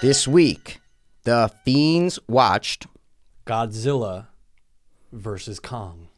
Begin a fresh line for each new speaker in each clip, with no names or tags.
This week, the Fiends watched,
Godzilla versus Kong.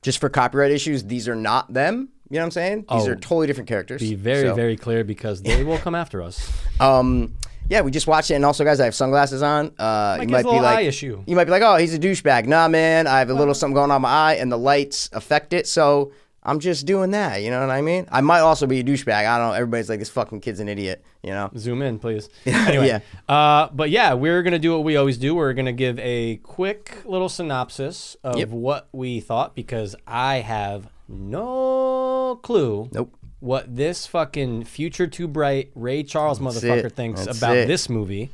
just for copyright issues, these are not them. You know what I'm saying? These
Oh.
are totally different characters.
Be very,
So,
very clear because they will come after us.
Um, yeah, we just watched it. And also, guys, I have sunglasses on. Uh, you
Mike
might
has a
be
little
like,
eye issue.
you might be like, oh, he's a douchebag. Nah, man, I have a little something going on my eye, and the lights affect it. So I'm just doing that. You know what I mean? I might also be a douchebag. I don't know. Everybody's like, this fucking kid's an idiot. You know?
Zoom in, please. Anyway, Uh, but yeah, we're gonna do what we always do. We're gonna give a quick little synopsis of
Yep.
what we thought because I have no clue.
Nope.
What this fucking future too bright Ray Charles motherfucker
it.
thinks
That's
about
it.
this movie.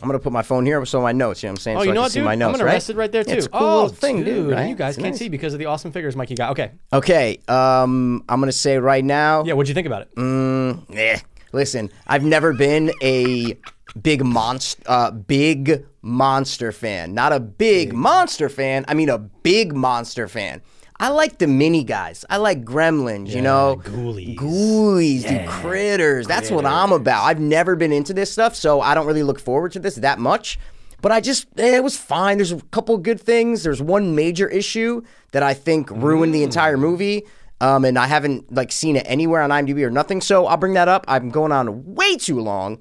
I'm gonna put my phone here so my notes. You know what I'm saying?
Oh,
so
you
I
know
can
what,
see
dude?
my notes,
I'm gonna
right?
rest it right there too.
Yeah, it's a cool
oh,
little thing, dude.
and
right?
You guys
It's
can't
nice.
see because of the awesome figures Mikey got. Okay.
Okay, um, I'm gonna say right now.
Yeah. What'd you think about it?
Eh, listen, I've never been a big monster, uh, big monster fan. Not a big, monster fan. I mean, a big monster fan. I like the mini guys. I like Gremlins. you know,
Ghoulies.
Ghoulies, dude, critters. That's what I'm about. I've never been into this stuff, so I don't really look forward to this that much. But I just, eh, it was fine. There's a couple good things. There's one major issue that I think ruined the entire movie. Um, and I haven't like seen it anywhere on IMDb or nothing. So I'll bring that up. I'm going on way too long.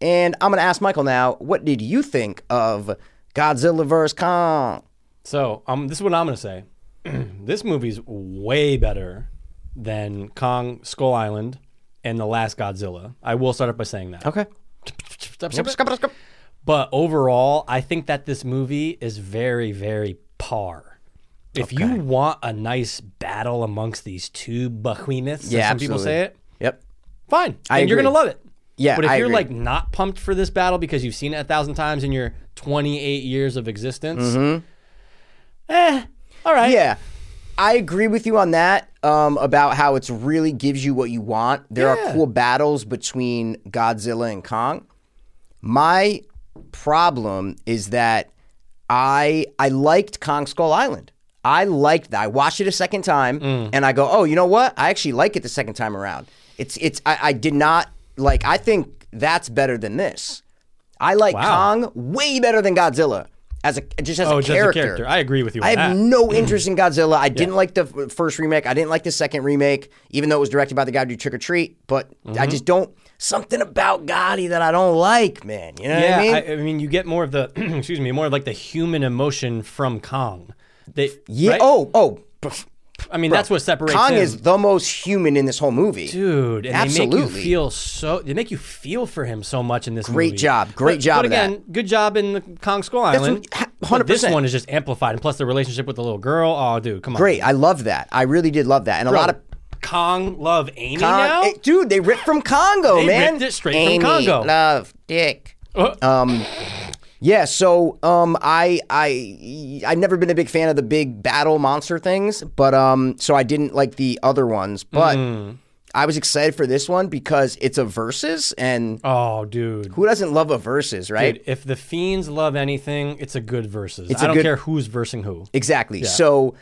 And I'm going to ask Michael now, what did you think of Godzilla vs. Kong?
So um, this is what I'm gonna say. this movie's way better than Kong Skull Island and the last Godzilla. I will start up by saying that.
Okay.
But overall, I think that this movie is very, very par. If you want a nice battle amongst these two behemoths,
Yeah,
as some people say it,
Yep.
fine.
I
and you're
agree.
gonna love it.
Yeah,
But if
I
you're
agree.
like not pumped for this battle because you've seen it a thousand times in your 28 years of existence,
Mm-hmm.
eh, all right.
Yeah. I agree with you on that um, about how it's really gives you what you want. There are
Yeah.
cool battles between Godzilla and Kong. My problem is that I I liked Kong Skull Island. I liked that. I watched it a second time
Mm.
and I go, oh, you know what? I actually like it the second time around. It's it's I, I did not like I think that's better than this. I like
Wow.
Kong way better than Godzilla as a just as
Oh,
a
just
character.
a character. I agree with you on
I have
that.
no interest in Godzilla. I didn't like the f- first remake. I didn't like the second remake, even though it was directed by the guy who did Trick or Treat. But
Mm-hmm.
I just don't something about Gotti that I don't like, man. You know
yeah,
what I mean?
I, mean, you get more of the excuse me, more of like the human emotion from Kong. They,
yeah.
right?
Oh, oh. pff,
I mean, that's what separates
Kong
him.
is the most human in this whole movie.
dude. And They make you
Absolutely.
feel so. They make you feel for him so much in this.
Great
movie.
job. Great
but,
job
But
of that.
again, good job in the Kong Skull Island.
what- ha-
But This
100%.
one is just amplified, and plus the relationship with the little girl. Oh, dude, come on.
Great. I love that. I really did love that. And a lot of
Kong love Amy
Kong,
now.
eh, dude, they ripped from Congo,
They
man.
ripped it straight from
Amy,
Congo.
Love, dick. Um,
Uh,
Yeah, so um, I I I've never been a big fan of the big battle monster things, but um, so I didn't like the other ones, but
Mm.
I was excited for this one because it's a versus, and
oh, dude.
who doesn't love a versus, right?
Dude, if the fiends love anything, it's a good versus.
a
I don't
good-
care who's versing who.
Exactly. So,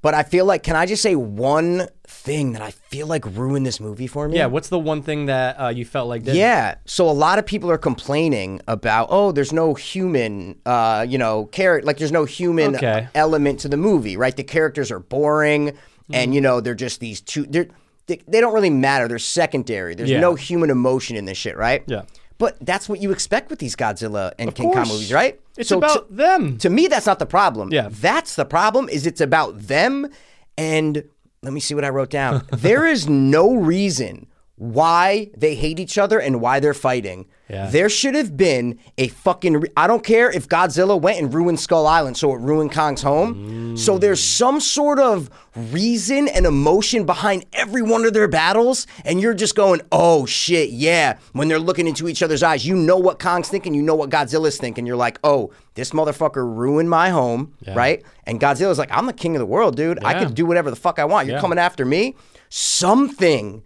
but I feel like, can I just say one thing that I feel like ruined this movie for me?
Yeah, what's the one thing that uh, you felt like did?
Yeah. So a lot of people are complaining about, oh, there's no human, uh, you know, character. Like there's no human
Okay.
element to the movie, right? The characters are boring, and
Mm-hmm.
you know they're just these two. They're, they they don't really matter. They're secondary. There's
Yeah.
no human emotion in this shit, right?
Yeah.
But that's what you expect with these Godzilla and King Kong
course.
movies, right?
It's
So
about
to-
them.
to me that's not the problem
Yeah.
that's the problem is it's about them and let me see what i wrote down there is no reason why they hate each other and why they're fighting
Yeah.
there should have been a fucking re- i don't care if godzilla went and ruined skull island so it ruined kong's home so there's some sort of reason and emotion behind every one of their battles and you're just going oh shit yeah when they're looking into each other's eyes you know what kong's thinking you know what godzilla's thinking you're like oh this motherfucker ruined my home right and godzilla's like i'm the king of the world dude i
Yeah.
could do whatever the fuck i want you're
Yeah.
coming after me something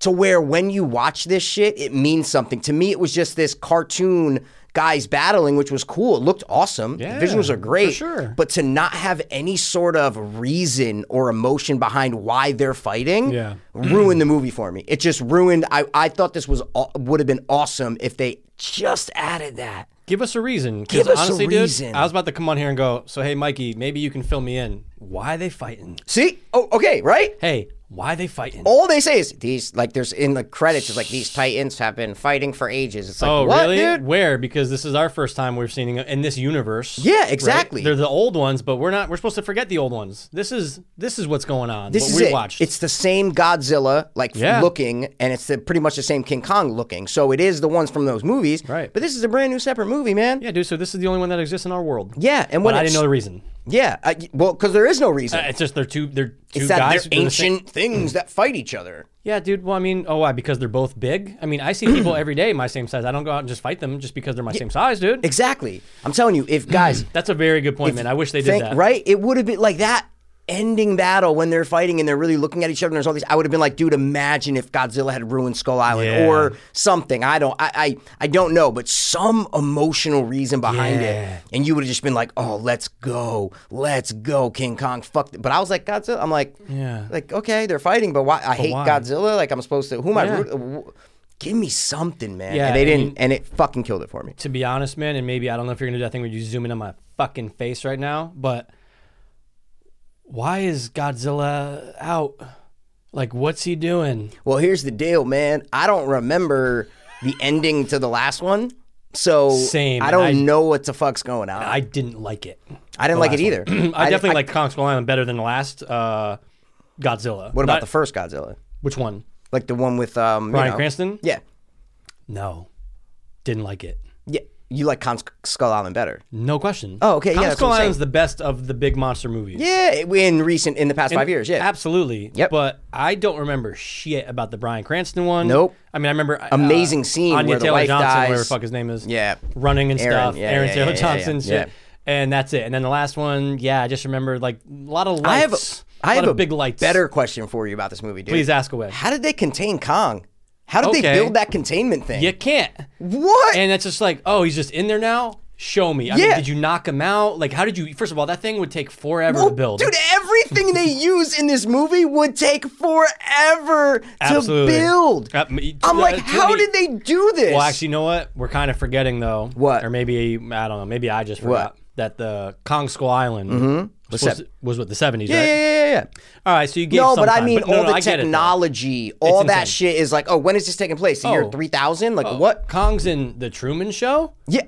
to where when you watch this shit, it means something. To me, it was just this cartoon guys battling, which was cool. It looked awesome.
Yeah,
the visuals are great.
for sure.
But to not have any sort of reason or emotion behind why they're fighting
Yeah.
ruined the movie for me. It just ruined. I, I thought this was aw- would have been awesome if they just added that.
Give us a reason. 'cause
Give us a
honestly,
reason.
Dude, I was about to come on here and go, so hey, Mikey, maybe you can fill me in. Why they fighting?
See? Oh, okay, right?
Hey, why they fighting?
All they say is these. Like, there's in the credits, it's like these titans have been fighting for ages. It's like,
Oh,
what,
really?
dude?
Where? Because this is our first time we're seeing it in this universe.
Yeah,
right?
exactly.
They're the old ones, but we're not. We're supposed to forget the old ones. This is this is what's going on.
This
what
is
we
it.
watched.
It's the same Godzilla, like
Yeah.
looking, and it's the, pretty much the same King Kong looking. So it is the ones from those movies.
Right.
But this is a brand new separate movie, man.
yeah, dude. So this is the only one that exists in our world.
Yeah, and when
but I
it's-
didn't know the reason.
Yeah. I, well, because there is no reason.
It's just they're two. They're two
it's that
guys. who
they're
do the same- Mm.
ancient things that fight each other.
Yeah, dude. Well, I mean, oh, why? Because they're both big. I mean, I see people every day my same size. I don't go out and just fight them just because they're my same size, dude.
Exactly. I'm telling you, if guys,
That's a very good point, man. I wish they did
think,
that.
right? It would have been like that ending battle when they're fighting and they're really looking at each other and there's all these I would have been like, dude, imagine if Godzilla had ruined Skull Island
Yeah.
or something. I don't I, I I don't know, but some emotional reason behind
Yeah.
it. And you would have just been like, Oh, let's go. Let's go, King Kong. Fuck th-" but I was like, Godzilla I'm like
Yeah.
like, okay, they're fiting, but why I hate
why?
Godzilla. Like I'm supposed to who am
Yeah.
I root- wh- Give me something, man.
Yeah,
and they
I
didn't
mean-
and it fucking killed it for me.
to be honest, man, and maybe I don't know if you're gonna do that thing where you zoom in on my fucking face right now, but why is Godzilla out? Like, what's he doing?
Well, here's the deal, man. I don't remember the ending to the last one. So
Same,
I don't
and I-
know what the fuck's going on. I,
I didn't like it.
didn't like it either.
I, definitely like Kong Skull Island better than the last uh, Godzilla.
What about
Not-
the first Godzilla?
which one?
Like the one with um you
Bryan
know-
Cranston?
Yeah,
No, didn't like it.
yeah. You like Kong Skull Island better?
No question.
Oh, okay, yeah,
Kong
that's
Skull
what I'm
Island's the best of the big monster movies.
Yeah, it- in recent in the past five years. Yeah,
Absolutely.
Yep.
But I don't remember shit about the Brian Cranston one.
Nope.
I mean, I remember uh,
Amazing scene
Anya
where the
Taylor
wife
Johnson,
dies.
whatever the fuck his name is.
Yeah.
Running and
Aaron,
stuff.
yeah,
Aaron
yeah,
Taylor
yeah, yeah,
Johnson
yeah, yeah.
shit. And that's it. And then the last one, yeah, I just remember like a lot of lights.
I have a, I
lot
have
of
a
big lights.
better question for you about this movie, dude.
Please ask away.
How did they contain Kong? How did they
Okay.
build that containment thing?
You can't.
What?
And that's just like, oh, he's just in there now. Show me. I mean,
Yeah.
did you knock him out? Like, how did you? First of all, that thing would take forever
Well,
to build.
Oh, Dude, everything they use in this movie would take forever
Absolutely.
to build.
Uh, me-
I'm like,
uh, to
how
me-
did they do this?
Well, actually, you know what? We're kind of forgetting though.
What?
Or maybe I don't know. Maybe I just forgot that the Kong Skull Island was, supposed
sep-
to- was what the seventies,
Mm-hmm. yeah,
right?
yeah, yeah, yeah.
All right, so you gave
No,
some
but I
time,
mean,
no,
all
no,
the
I get it, though.
technology, all
It's
that
insane.
shit is like, oh, when is this taking place? The year
Oh.
3000? Like, what?
Kong's in the Truman Show.
Yeah.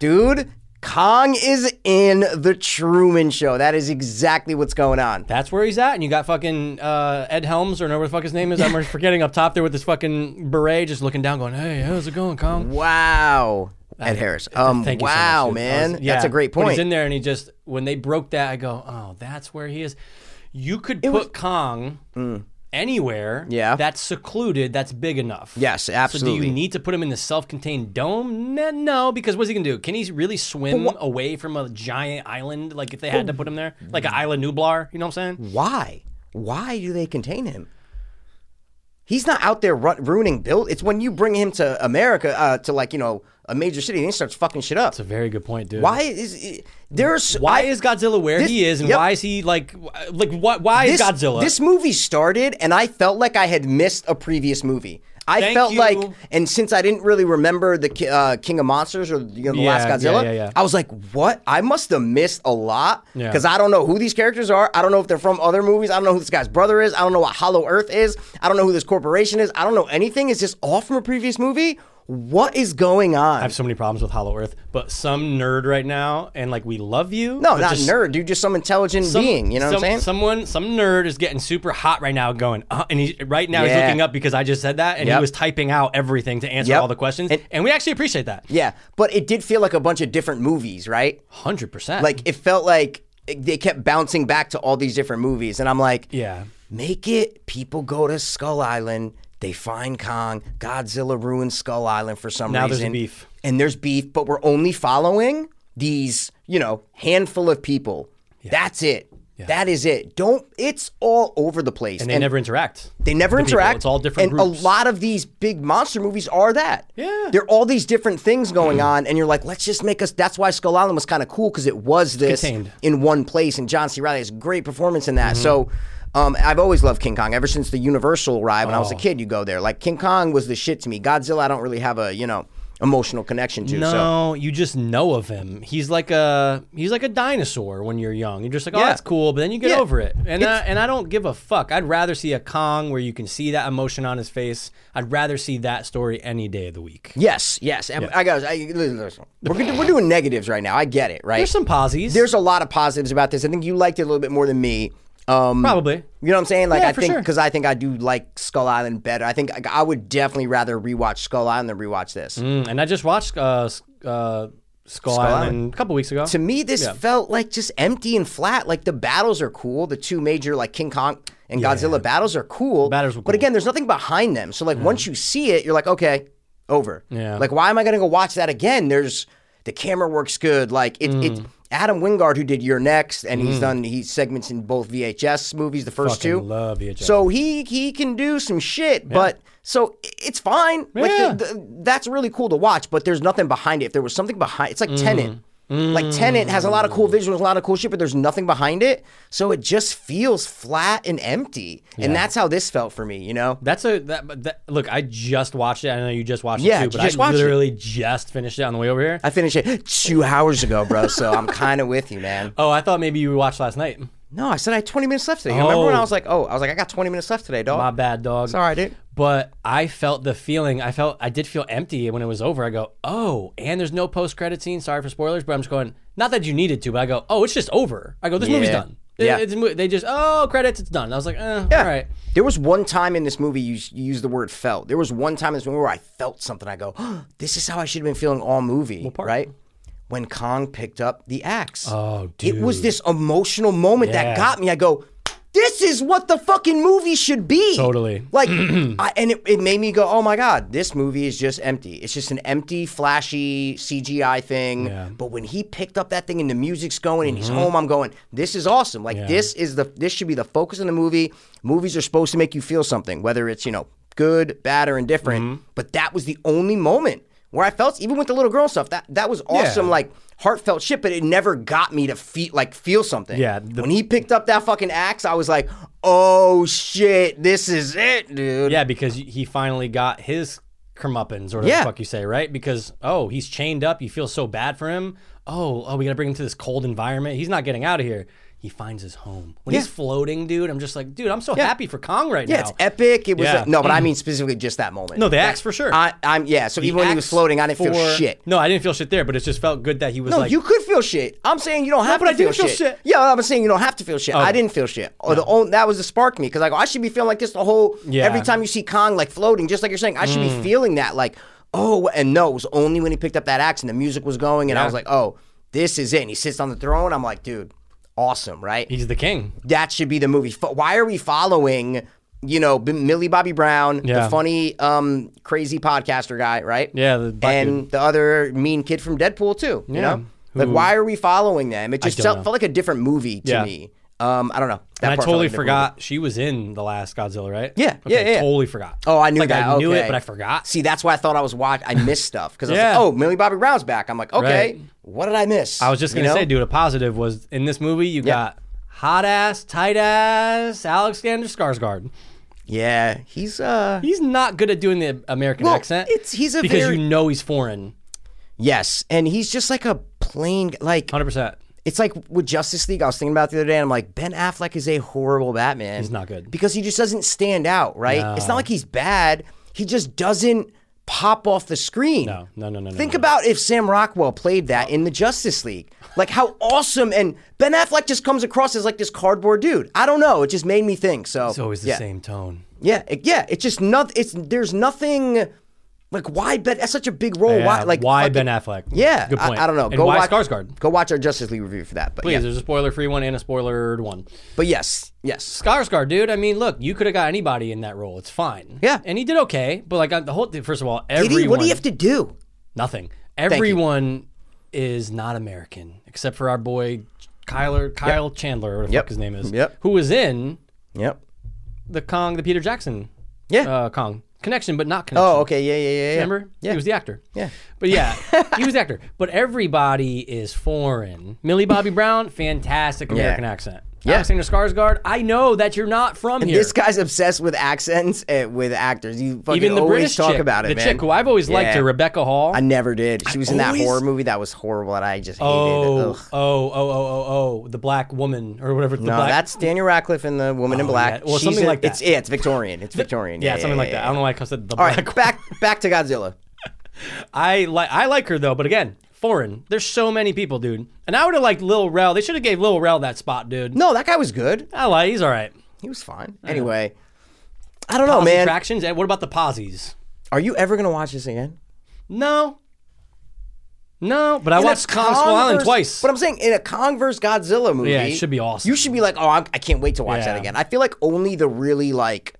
Dude, Kong is in the Truman Show. That is exactly what's going on.
That's where he's at, and you got fucking uh, Ed Helms or whatever the fuck his name is. I'm forgetting up top there with his fucking beret, just looking down, going, "Hey, how's it going, Kong?"
Wow. Ed Harris. Um,
Thank you so much,
wow,
dude. I
man.
was- yeah.
That's a great
When he's
point.
in there, and he just when they broke that, I go, oh, that's where he is. You could put Kong anywhere.
Mm. Yeah.
that's secluded. That's big enough.
Yes,
So do
absolutely.
you need to put him in the self-contained dome? Nah, No, because what's he gonna do? Can he really swim away from a giant island? Like if they had to put him
Oh.
there, like an island Nublar. You know what I'm saying?
why? Why do they contain him? He's not out there ru- ruining build. It's when you bring him to America, uh, to like you know a major city, and he starts fucking shit up.
It's a very good point, dude.
Why is there's
Why is Godzilla where
This-
he is, and
yep.
why is he like, like why, why
this,
is Godzilla?
This movie started, and I felt like I had missed a previous movie. I
Thank
felt
you.
like, and since I didn't really remember the Ki- uh, King of Monsters or you know, the
Yeah,
last
yeah,
Godzilla,
yeah, yeah.
I was like, "What? I must have missed a lot
Yeah.
because I don't know who these characters are. I don't know if they're from other movies. I don't know who this guy's brother is. I don't know what Hollow Earth is. I don't know who this corporation is. I don't know anything. Is this all from a previous movie? What is going on?
I have so many problems with Hollow Earth, but some nerd right now, and like we love you.
no,
but
not
just
nerd, dude. Just some intelligent
some-
being. You know what I'm
some-
saying?
Someone, some nerd is getting super hot right now, going, uh, and he's right now he's
Yeah.
looking up because I just said that, and he
Yep.
was typing out everything to answer
Yep.
all the questions,
And-
and, we actually appreciate that,
yeah, but it did feel like a bunch of different movies, right?
hundred percent.
like it felt like they kept bouncing back to all these different movies and i'm like
yeah,
make it people go to skull island they find kong godzilla ruins skull island for some
Now there's
reason
a beef.
and there's beef but we're only following these you know handful of people that's it That is it. Don't. It's all over the place.
and they never interact.
They never
The people.
interact.
It's all different
And
groups.
a lot of these big monster movies are that.
Yeah.
There are all these different things going on, and you're like, let's just make us. That's why Skull Island was kind of cool because it was this
contained. Mm-hmm.
in one place, and John C. Riley has a great performance in that. So. Um, I've always loved King Kong ever since the Universal ride when I was
Oh.
a kid. You go there, like King Kong was the shit to me. Godzilla, I don't really have a you know emotional connection to. So
No, you just know of him. He's like a he's like a dinosaur when you're young. You're just like, oh,
Yeah.
that's cool, but then you get
Yeah.
over it. And I, and I don't give a fuck. I'd rather see a Kong where you can see that emotion on his face. I'd rather see that story any day of the week.
yes, yes, And I got. I, listen, listen. we're gonna- we're doing negatives right now. I get it, right?
There's some posies.
there's a lot of positives about this. I think you liked it a little bit more than me. Um,
probably.
You know what I'm saying? Like
Yeah,
I
for
think
sure.
because I think I do like Skull Island better. I think I, I would definitely rather rewatch Skull Island than rewatch this.
Mm, and I just watched uh, S- uh, Skull, Island, a couple weeks ago.
To me, this felt like just empty and flat. Like the battles are cool. The two major like King Kong and Godzilla battles are cool.
battles were
But
cool.
again, there's nothing behind them. So like once you see it, you're like, okay, over.
Yeah.
Like why am I gonna go watch that again? There's the camera works good. Like it, it
Mm.
Adam Wingard who did Your Next and he's done he segments in both VHS movies, the first
Fucking
two.
love VHS.
So he he can do some shit, but so i- it's fine.
Yeah.
Like the, the, that's really cool to watch, but there's nothing behind it. If there was something behind, it's like
Mm.
Tenant. Like Tenant has a lot of cool visuals, a lot of cool shit, but there's nothing behind it, so it just feels flat and empty. And that's how this felt for me, you know.
That's a that, but that. Look, I just watched it. I know you just watched
Yeah,
it too, but
just
I
watched it.
literally just finished it on the way over here.
I finished it two hours ago, bro. So I'm kind of with you, man.
oh, I thought maybe you watched last night.
No, I said I had 20 minutes left today. You Remember when I
Oh.
was like, oh, I was like, I got 20 minutes left today, dog.
My bad, dog.
Sorry, dude.
But I felt the feeling. I felt I did feel empty when it was over. I go, oh, and there's no post credit scene. Sorry for spoilers, but I'm just going. Not that you needed to, but I go, oh, it's just over. I go, this movie's
Yeah.
done. It-
Yeah.
it's a mo- they just oh credits, it's done. I was like, eh, all right.
There was one time in this movie you, you used the word felt. There was one time in this movie where I felt something. I go, "Oh, this is how I should have been feeling all movie, right? When Kong picked up the axe.
Oh,
It was this emotional moment that
Yeah.
got me. I go, this is what the fucking movie should be.
Totally.
Like, I, and it, it made me go, oh my God, this movie is just empty. It's just an empty, flashy CGI thing.
Yeah. Mm-hmm.
But when he picked up that thing and the music's going and he's home, I'm going, this is awesome. Like, this is the, this should be the focus of the movie. Movies are supposed to make you feel something, whether it's, you know, good, bad, or indifferent.
Mm-hmm.
But that was the only moment. Where I felt, even with the little girl stuff, that that was awesome, like heartfelt shit. But it never got me to feel like feel something.
Yeah, the-
when he picked up that fucking axe, I was like, "Oh shit, this is it, dude."
Yeah, because he finally got his kermuppins, or whatever
Yeah.
the fuck you say, right? Because oh, he's chained up. You feel so bad for him. Oh, oh, we gotta bring him to this cold environment. He's not getting out of here. He finds his home when he's floating, dude. I'm just like, dude, I'm so happy for Kong right
Yeah,
now.
it's epic. It was
Yeah. Mm.
like- no, but I mean specifically just that moment.
no, the axe for sure.
I, I'm yeah. So even when he was
axe
floating, I didn't feel
for-
shit.
No, I didn't feel shit there, but it just felt good that he was
No,
like,
you could feel shit. I'm saying you don't have
but
to
I did feel shit.
Yeah, I'm saying you don't have to feel shit. I didn't feel shit. Oh, the only, that was the spark to me because I go, I should be feeling like this the whole.
Yeah. Mm.
Every time you see Kong like floating, just like you're saying, I should be feeling that like oh, and no, it was only when he picked up that axe and the music was going, and I
Yeah.
was like, oh, this is it. And he sits on the throne. I'm like, dude, awesome, right?
he's the king.
that should be the movie. Fo- Why are we following, you know, B- Millie Bobby Brown,
Yeah.
the funny, um, crazy podcaster guy, right?
Yeah, the black
and the other mean kid from Deadpool too. You know, like
Who-
why are we following them? It just
don't
felt,
know.
felt like a different movie to
Yeah.
me. Um, I don't know. That
And I
part felt
totally
like a different movie.
forgot she was in the last Godzilla, right?
Yeah, yeah, yeah.
Totally forgot.
Oh, I knew
like,
that.
I knew
Okay.
it, but I forgot.
See, that's why I thought I was watching. I missed stuff because I was
Yeah.
like, "Oh, Millie Bobby Brown's back." I'm like, "Okay,
Right.
what did I miss?"
I was just gonna say, dude, a positive was in this movie. You got hot ass, tight ass, Alexander Skarsgård.
yeah, he's uh,
He's not good at doing the American
Well,
accent.
it's- he's a
because
very-
you know he's foreign,
yes, and he's just like a plain like
hundred percent.
It's like with Justice League, I was thinking about it the other day, and I'm like, Ben Affleck is a horrible Batman. He's
not good.
Because he just doesn't stand out, right? It's not like he's bad. He just doesn't pop off the screen.
No, no, no, no. no,
Think
no.
about if Sam Rockwell played that in the Justice League. Like how awesome and Ben Affleck just comes across as like this cardboard dude. I don't know. It just made me think. So
It's always the
yeah.
same tone.
Yeah, it, yeah. It's just nothing it's there's nothing like why Ben that's such a big role.
Yeah,
why like
why
fucking-
Ben Affleck?
Yeah.
good
I-
point.
I, don't know.
And why
watch
Skarsgård?
Go watch our Justice League review for that. But
Please,
yeah.
there's a spoiler-free one and a spoilered one.
But yes, yes.
Skarsgård, dude. I mean, look, you could have got anybody in that role. It's fine.
Yeah.
and he did okay. But like on the whole, first of all,
Did
everyone.
he, what do you have to do?
Nothing.
you.
Everyone is not American except for our boy Kyler Kyle Chandler, or whatever the
Yep.
fuck his name is,
Yep.
who was in
Yep.
the Kong, the Peter Jackson,
Yeah.
uh, Kong connection, but not connection.
Oh, okay. Yeah, yeah, yeah, yeah.
Remember?
Yeah.
He was the actor.
Yeah.
But yeah, he was the actor. But everybody is foreign. Millie Bobby Brown, fantastic American accent.
Yeah.
Alexander Skarsgård, I know that you're not from here.
This guy's obsessed with accents and with actors. You fucking
Even the
always
British
talk
chick,
about it,
the
man.
chick who I've always liked
Yeah.
her, Rebecca Hall.
I never did. She was in that
always-
horror movie that was horrible and I just hated.
oh,
Ugh.
oh, oh, oh, oh, oh, the black woman or whatever. The
No,
black,
that's Daniel Radcliffe and the Woman in
Oh,
Black.
yeah. Well, something
in-
like that.
It's yeah, it's Victorian. It's Victorian.
yeah, something like that. I
yeah,
don't know why I said the
yeah. All
black.
right, back back to Godzilla.
I like I like her though, but again, foreign. There's so many people, dude. And I would have liked Lil Rel. They should have gave Lil Rel that spot, dude.
No, that guy was good.
I like. He's all right.
He was fine. Anyway, I don't know,
Posse
man.
Attractions. And what about the posies?
Are you ever gonna watch this again?
No. No, but I
In a
watched Kong Skull Island
Kong versus-
twice.
But I'm saying in a Kong vs. Godzilla movie,
Yeah, it should be awesome.
You should be like, oh, I'm, I can't wait to watch that
Yeah.
again. I feel like only the really like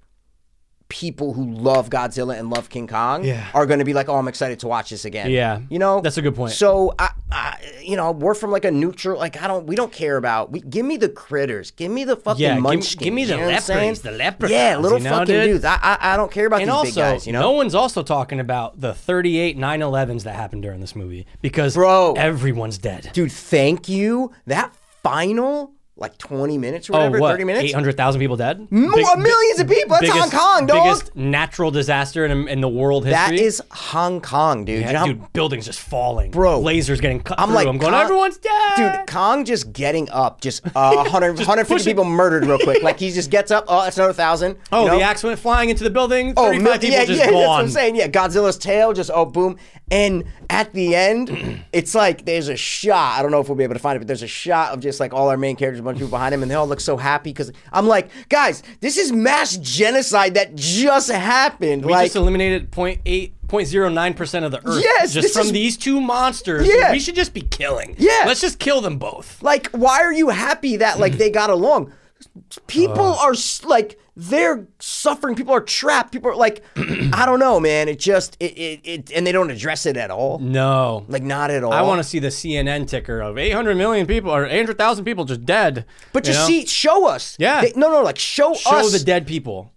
people who love Godzilla and love King Kong
Yeah.
are going to be like, oh, I'm excited to watch this again.
Yeah.
you know,
That's a good point.
So, I, I, you know, we're from like a neutral. Like, I don't, we don't care about. We give me the critters, give me the fucking
Yeah, give-
munchkins,
give me the
you know what I'm
leopards,
saying?
the leopards,
Yeah, little
you know,
fucking
dude?
dudes. I, I, I don't care about
and
these
also,
big guys. You know,
no one's also talking about the 38 9/11s that happened during this movie because
Bro.
everyone's dead.
dude, thank you. That final. Like 20 minutes or whatever,
oh, what?
30 minutes.
800,000 people dead?
Mo- millions of people. That's
biggest,
Hong Kong, dog.
Biggest natural disaster in, in the world
That
history.
is Hong Kong, dude.
Yeah,
You know how-
dude, buildings just falling.
Bro.
Lasers getting cut
I'm
through.
like,
I'm going,
Con-
everyone's dead.
Dude, Kong just getting up, just, uh, 100, 150
pushing.
people murdered real quick. Like he just gets up, oh, that's another thousand.
Oh,
you know?
the axe went flying into the building.
Oh,
35
mil-
people
yeah,
just
yeah,
gone.
that's what I'm saying. Yeah, Godzilla's tail just oh boom, and at the end, it's like there's a shot. I don't know if we'll be able to find it, but there's a shot of just like all our main characters, a bunch of people behind him, and they all look so happy because I'm like, guys, this is mass genocide that just happened.
We
like,
just eliminated 0.8, 0.09% of the earth
Yes,
just
this
from
is-
these two monsters.
Yeah.
We should just be killing.
Yeah.
Let's just kill them both.
Like, why are you happy that like they got along? People
Uh.
are s- like they're suffering. People are trapped. People are like, I don't know, man. It just it, it, it and they don't address it at all.
No.
Like not at all.
Mm. I want to see the CNN ticker of 800 million people or 800,000 people just dead.
But
you
just
know?
see, show us.
Yeah.
They- no, no. Like show,
Show
us.
the dead people.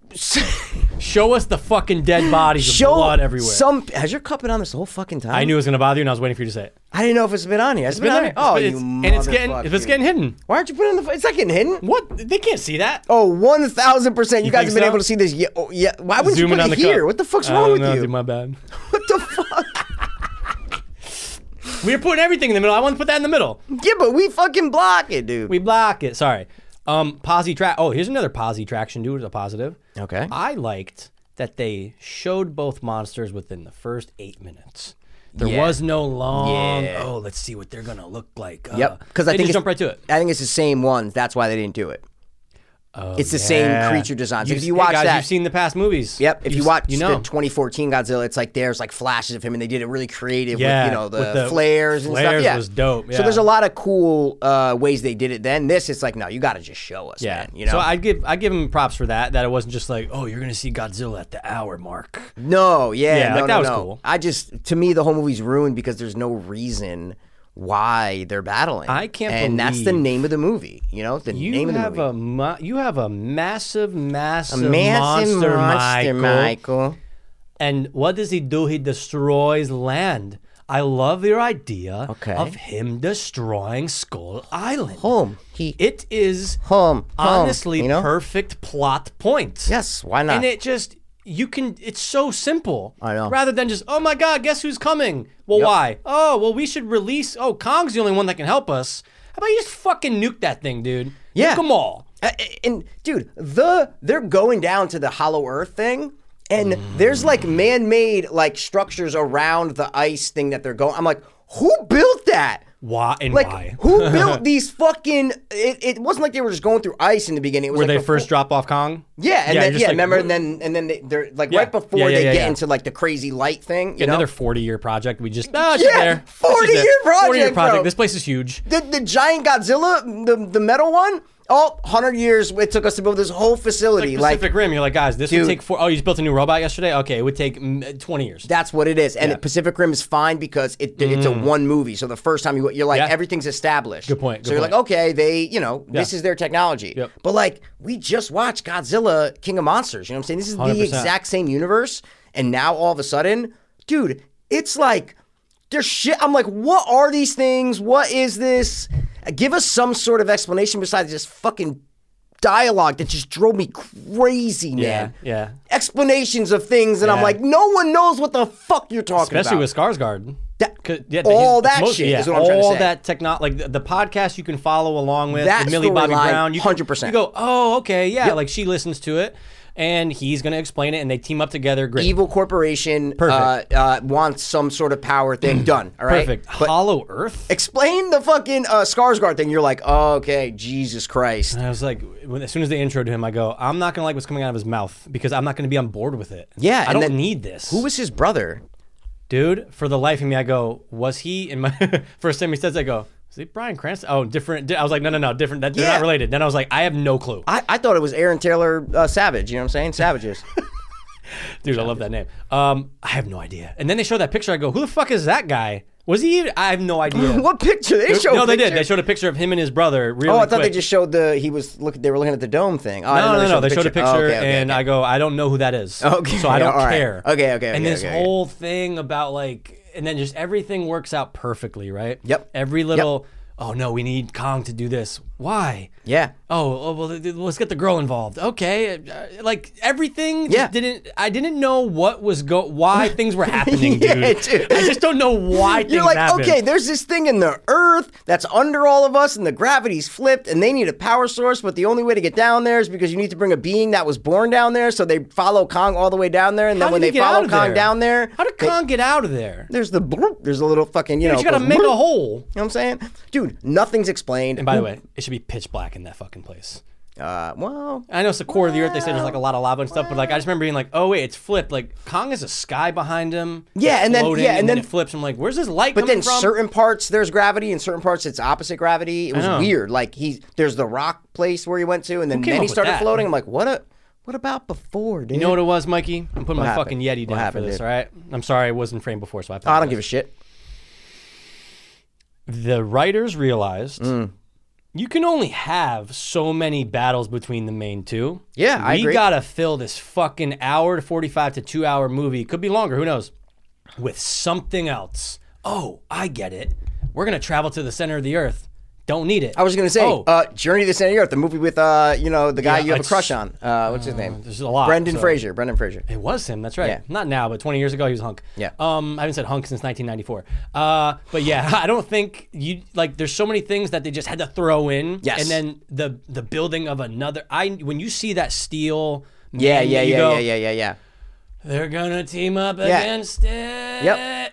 Show us the fucking dead bodies of
show
blood everywhere.
Some has your cup been on this whole fucking time.
I knew it was going to bother you and I was waiting for you to say it.
I didn't know if it's been on here. Has it been,
Been
on
there.
here? Oh,
It's-
you
and it's getting
motherfucker.
if it's getting hidden.
Why aren't you putting it in the? It's not getting hidden.
What? They can't see that.
Oh, one thousand percent. You guys
think
have been able to
so?
see this. Yeah. Oh, yeah. Why wouldn't
Zoom in
you
on
put
the
it here?
cup.
What the fuck's
I
wrong
don't
with
know,
you?
dude, my bad.
what the fuck?
We were putting everything in the middle. I want to put that in the middle.
Yeah, but we fucking block it, dude.
We block it. Sorry. Um, posi track. Oh, here's another posi traction, dude. It's a positive.
Okay.
I liked that they showed both monsters within the first eight minutes. There
Yeah.
was no long.
Yeah.
Oh, let's see what they're gonna look like. Uh,
yep. Because I
they
think
just
it's-
jump right to it.
I think it's the same ones. That's why they didn't do it. it's the same
Oh, Yeah.
creature designs.
You've-
if you
hey,
watch
guys,
that,
you've seen the past movies.
yep. If you,
You've-
watch
you know.
the 2014 Godzilla, it's like there's like flashes of him, and they did it really creative
Yeah,
with you know the,
with the
flares and
flares
stuff. Yeah,
was dope, yeah.
So there's a lot of cool uh, ways they did it. Then this, it's like no, you got to just show us, man. You know,
So I give I give him props for that. That it wasn't just like, oh, you're gonna see Godzilla at the hour mark.
No, yeah,
Yeah,
no,
like,
no,
that was
no.
cool.
I just to me the whole movie's ruined because there's no reason why they're battling.
I can't
and that's the
believe-
name of the movie. You know, the
You
name of the
have
movie.
a mo- you have a massive, massive,
Massive
monster,
monster,
Michael.
Michael.
And what does he do? He destroys land. I love your idea
Okay.
of him destroying Skull Island.
Home. He
It is
home. home,
honestly
you know?
perfect plot point.
Yes, why not?
And it just you can it's so simple.
I know.
Rather than just, oh my god, guess who's coming? Well why? Oh, well we should release oh Kong's the only one that can help us. How about you just fucking nuke that thing, dude?
Yeah.
Nuke them all.
Uh, and dude, the they're going down to the hollow earth thing. And there's like man-made like structures around the ice thing that they're going. I'm like, who built that?
Why and
Like
why?
who built these fucking? It, it wasn't like they were just going through ice in the beginning. It was
Where
like
they
a
first
full-
drop off Kong?
yeah, and
you're
then
just
yeah,
like,
remember?
"Wha-
And then and then they, they're like
Yeah.
right before
Yeah, yeah,
they
yeah,
get
yeah.
into like the crazy light thing. You know?
Another 40 year project. We just, ah, it's
Yeah,
there. It's just
40-year
there. 40 year
project,
project.
bro.
This place is huge.
the, the giant Godzilla, the the metal one. oh, 100 years it took us to build this whole facility.
Pacific
Like,
Rim, you're like, guys, this
Dude.
would take four. Oh, you just built a new robot yesterday. Okay, it would take mm, 20 years.
that's what it is. And
Yeah. Mm.
Pacific Rim is fine because it, it's a one movie. So the first time you you're like
Yeah.
everything's established.
Good point,
so
good
you're
point.
like, okay, they, you know, this
Yeah.
is their technology.
Yep.
But like we just watched Godzilla King of Monsters, you know what I'm saying? This is the
100%.
exact same universe and now all of a sudden, dude, it's like there's shit. I'm like, what are these things? What is this? Give us some sort of explanation besides this fucking dialogue that just drove me crazy, man
yeah.
explanations of things, and I'm
Yeah.
like, no one knows what the fuck you're talking
Especially
about.
with Skarsgård.
That-
'Cause- yeah,
all
he's- it's
that shit
yeah,
is what I'm
all
trying to say.
that technology, like the, the podcast you can follow along with,
That
the Millie Bobby
storyline,
Brown. You, can-
100%.
You go, oh, okay, yeah. Like she listens to it, and he's gonna explain it, and they team up together. Great,
Evil corporation uh,
Perfect.
uh, wants some sort of power thing done. All right,
perfect.
But
Hollow Earth.
explain the fucking uh, Skarsgård thing. You're like, okay, Jesus Christ.
And I was like, when, as soon as they intro to him, I go, I'm not gonna like what's coming out of his mouth because I'm not gonna be on board with it.
Yeah,
I
and
don't
then-
need this.
Who was his brother?
dude, for the life of me, I go, was he in my first time he says, I go, is it Brian Cranston? Oh, different. di- I was like, no, no, no, different. That, they're
Yeah.
not related. Then I was like, I have no clue.
I, I thought it was Aaron Taylor uh, Savage. You know what I'm saying? Savages.
Dude, I love that name. Um, I have no idea. And then they show that picture. I go, who the fuck is that guy? Was he? even- I have no idea.
what picture they showed?
no, they did. They
pictures.
showed a picture of him and his brother. Really
Oh, I thought
quick.
they just showed the he was looking. They were looking at the dome thing. Oh, I
No,
didn't
no, no.
know
They showed a picture,
Oh, okay, okay,
and
okay.
I go, I don't know who that is.
Okay,
so I don't
all right.
care.
Okay, okay, okay,
And this
okay, okay.
whole thing about like, and then just everything works out perfectly, right?
Yep.
Every little. Oh no, we need Kong to do this. Why?
yeah.
Oh, oh well, th- th- let's get the girl involved. Okay, uh, like everything. just
Yeah.
Didn't I didn't know what was go why things were happening, dude.
Yeah, dude.
I just don't know why things
You're like,
happened.
okay, there's this thing in the earth that's under all of us, and the gravity's flipped, and they need a power source, but the only way to get down there is because you need to bring a being that was born down there, so they follow Kong all the way down there, and
How
then when
did he
they
get
follow
out of
Kong
there?
down there,
How did
they-
Kong get out of there?
there's the bloop, there's a little fucking, you know,
You gotta
goes
make
bloop,
a hole.
You know what I'm saying? Dude, nothing's explained.
And by the way, it should be pitch black in that fucking place.
uh, well,
I know it's the core of the earth. They said there's like a lot of lava and stuff, but like I just remember being like, oh wait, it's flipped. Like Kong is a sky behind him.
Yeah,
it's
and then-
floating,
yeah, and
then,
then-
it flips. I'm like, where's this light
but
coming
then
from?
certain parts there's gravity, and certain parts it's opposite gravity. It was
know.
weird. Like he, there's the rock place where he went to, and then,
came
then
up
he
with
started
that?
floating. I'm like, what? A, what about before, dude?
you know what it was, Mikey? I'm putting my
happened?
fucking Yeti
What
down for
happened,
this.
dude?
All right, I'm sorry I wasn't framed before, so I.
I don't give a shit.
the writers realized
Mm.
you can only have so many battles between the main two.
Yeah, I
we
agree.
gotta fill this fucking hour to forty-five to two-hour movie. Could be longer. Who knows? With something else. Oh, I get it. We're gonna travel to the center of the earth. Don't need it.
I was gonna say,
Oh,
uh, Journey to the Center of the Earth, the movie with uh, you know, the guy you have a
it's-
crush on. Uh, what's his name?
there's a lot.
Brendan
so-
Fraser. Brendan Fraser.
It was him. That's right.
Yeah.
Not now, but 20 years ago, he was a hunk.
Yeah.
Um, I haven't said hunk since 1994. Uh, but yeah, I don't think you like. There's so many things that they just had to throw in.
Yes.
And then the the building of another. I when you see that steel.
Yeah,
man,
yeah,
you
yeah,
go,
yeah, yeah, yeah, yeah.
They're gonna team up against it.
Yep.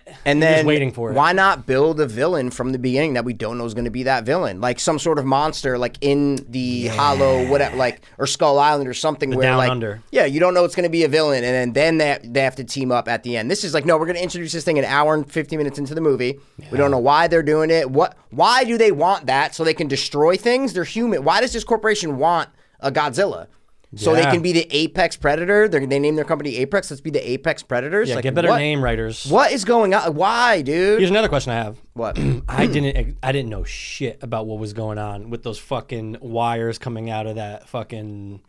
You're
And
just
then
waiting for it.
Why not build a villain from the beginning that we don't know is going to be that villain, like some sort of monster, like in the Hollow, whatever, like or Skull Island or something where
Down
like
Under.
yeah, you don't know it's going to be a villain, and then then they, they have to team up at the end. This is like no, we're going to introduce this thing an hour and fifty minutes into the movie. We don't know why they're doing it. What? Why do they want that so they can destroy things? They're human. Why does this corporation want a Godzilla? So they
Yeah.
can be the apex predator. They're, they name their company Apex. Let's be the apex predators.
Yeah,
like,
get better
what?
name writers.
What is going on? Why, dude?
Here's another question I have.
What?
I didn't. I didn't know shit about what was going on with those fucking wires coming out of that fucking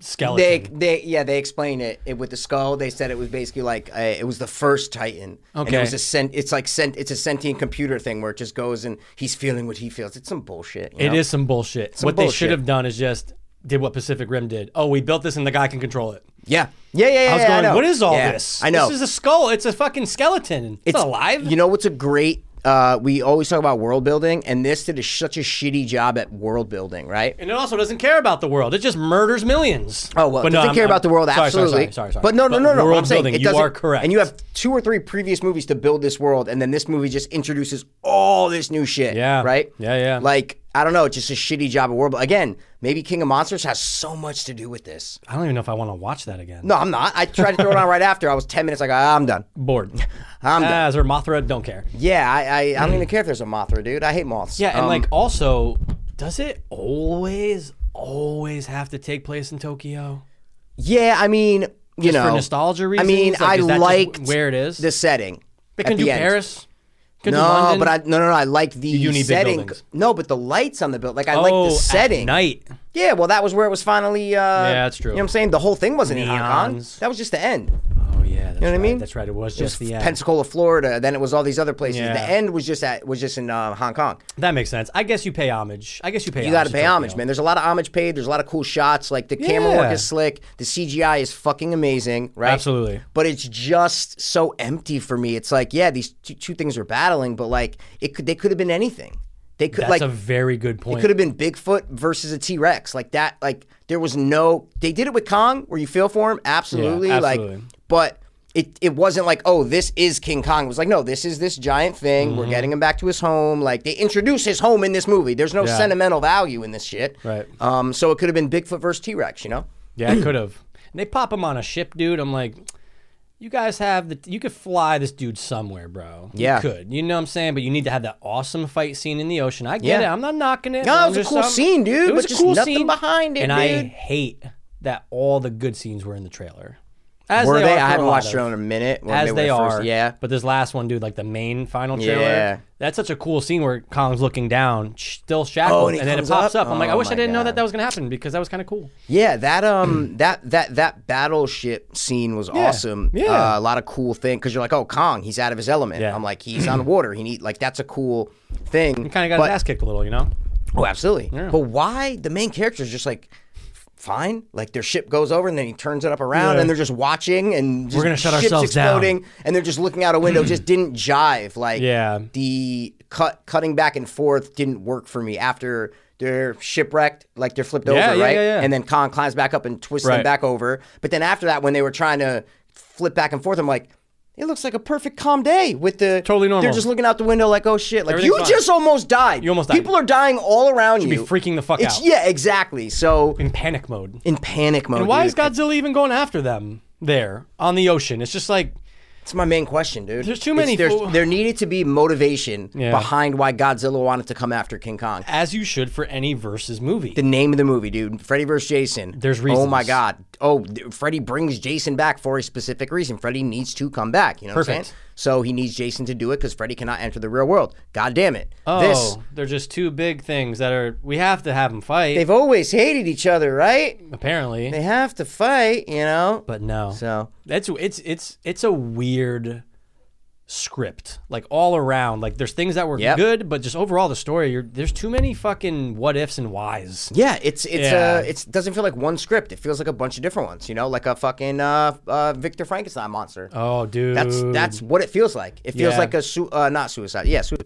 skeleton.
They, they, yeah, they explain it. it with the skull. They said it was basically like uh, it was the first Titan. and it
Okay.
was a sent. It's like sent. It's a sentient computer thing where it just goes and he's feeling what he feels. It's some bullshit. you
It
know?
is some bullshit. what they
bullshit.
should have done is just did what Pacific Rim did. Oh, we built this and the guy can control it.
Yeah, yeah, yeah. yeah
I was
yeah,
going,
know.
what is all
Yeah,
this?
I know.
This is a skull. It's a fucking skeleton. It's,
It's-
alive.
You know what's a great? Uh, we always talk about world building, and this did a, such a shitty job at world building, right?
and it also doesn't care about the world. It just murders millions.
Oh well, doesn't
But no, I'm-
care
I'm-
about the world.
sorry,
Absolutely,
Sorry, sorry, sorry, sorry.
But no, no, no, no.
World
what I'm saying
building.
it
you
doesn't-
are correct.
And you have two or three previous movies to build this world, and then this movie just introduces all this new shit.
Yeah.
Right.
Yeah, yeah.
Like I don't know, it's just a shitty job of world. But again, maybe King of Monsters has so much to do with this.
I don't even know if I want to watch that again.
No, I'm not. I tried to throw it on right after. I was ten minutes like ah, I'm done.
bored.
I'm done.
Ah, is there Mothra? Don't care.
Yeah, I, I, I don't even care if there's a Mothra, dude. I hate moths.
mm. Yeah, and
Um,
like also Does it always, always have to take place in Tokyo?
Yeah, I mean, you
Just
know,
for nostalgia
I
reasons.
mean,
Like, is
I
that just
liked
where it is.
the setting.
they
at
can do
the end.
Paris. Could do
No,
London.
but I no no no. I like the
do need big
setting.
buildings.
No, but the lights on the build. Like I
oh,
like the
at
setting.
night.
Yeah, well, that was where it was finally. Uh, yeah,
that's true.
You know what I'm saying? The whole thing wasn't in Hong Kong.
Neons.
That was just the end.
Oh yeah, that's you know
what I mean?
That's right. It was
It was
just the uh, end.
Pensacola, Florida. Then it was all these other places.
Yeah.
The end was just at was just in uh, Hong Kong.
that makes sense. I guess you pay homage. I guess you pay.
You got to pay
Tokyo.
homage, man. There's a lot of homage paid. There's a lot of cool shots. Like the camera work
Yeah.
is slick. The CGI is fucking amazing, right?
Absolutely.
But it's just so empty for me. It's like, yeah, these two, two things are battling, but like it could they could have been anything. They could
That's
like
a very good
It
point.
could have been Bigfoot versus a T Rex. Like that, like there was no they did it with Kong where you feel for him, absolutely. Like
absolutely.
but it it wasn't like, oh, this is King Kong. It was like, no, this is this giant thing.
Mm-hmm.
We're getting him back to his home. Like they introduce his home in this movie. There's no
Yeah.
sentimental value in this shit.
Right.
Um, so it could have been Bigfoot versus T Rex, you know?
Yeah, I could have. And they pop him on a ship, dude. I'm like, you guys have the. You could fly this dude somewhere, bro. You
Yeah.
could. You know what I'm saying? But you need to have that awesome fight scene in the ocean. I get
Yeah.
it. I'm not knocking it.
No,
I'm
it was a
just-
cool
I'm-
scene, dude,
It
but
was a
just
cool
nothing
scene
behind it,
And I
dude.
hate that all the good scenes were in the trailer. As
Were they?
are for
I
a
haven't
lot
watched
of-
it in a minute. when
As
were
they
the
are,
first- yeah.
But this last one, dude, like the main final trailer,
Yeah.
that's such a cool scene where Kong's looking down, sh- still shackled,
Oh, and
and,
he
then it
comes
pops
up?
up. I'm like, I
Oh
wish I
my
didn't know
God.
that that was gonna happen because that was kind of cool.
Yeah, that um that that that battleship scene was awesome.
Mm. yeah.
Uh, a lot of cool thing because you're like, oh, Kong, he's out of his element.
Yeah.
I'm like, he's on water. He need like that's a cool thing. You
Kind of got his ass kicked a little, you know.
Oh, absolutely. But why the main character is just like. f- Fine, like their ship goes over and then he turns it up around
Yeah.
and they're just watching and just
gonna shut
ships
ourselves down.
exploding and they're just looking out a window. just didn't jive. Like
Yeah.
the cut cutting back and forth didn't work for me after they're shipwrecked, like they're flipped
Yeah,
over,
yeah,
right?
yeah, yeah.
And then Khan climbs back up and twists them
Right.
back over. But then after that, when they were trying to flip back and forth, I'm like, it looks like a perfect calm day with the
Totally normal.
They're just looking out the window like, oh shit, like you
Everything's fine.
just almost died.
You almost died.
People are dying all around
be
you.
freaking the fuck
it's,
out.
Yeah, exactly. So
in panic mode.
in panic mode.
And why
dude.
is Godzilla even going after them there on the ocean? It's just like
That's my main question, dude.
There's too
It's-
many
there's-
fo-
there needed to be motivation
Yeah.
behind why Godzilla wanted to come after King Kong.
as you should for any versus movie.
the name of the movie, dude. Freddy vs. Jason.
There's
Oh my
reasons.
God. Oh, th- Freddy brings Jason back for a specific reason. Freddy needs to come back. You know what I'm
Perfect.
saying? So he needs Jason to do it because Freddy cannot enter the real world. God damn it.
oh,
This.
they're just two big things that are we have to have them fight.
They've always hated each other, right?
apparently,
They have to fight, you know?
but no.
so,
That's it's it's it's a weird script like all around like there's things that were
Yep.
good but just overall the story you're, there's too many fucking what ifs and whys
yeah, it's, it's,
Yeah.
uh, it's, doesn't feel like one script. It feels like a bunch of different ones, you know? Like a fucking, uh, uh, Victor Frankenstein monster.
oh dude
That's that's what it feels like. It feels
Yeah. Mm-hmm.
like a su- uh, not suicide. Yeah, sui-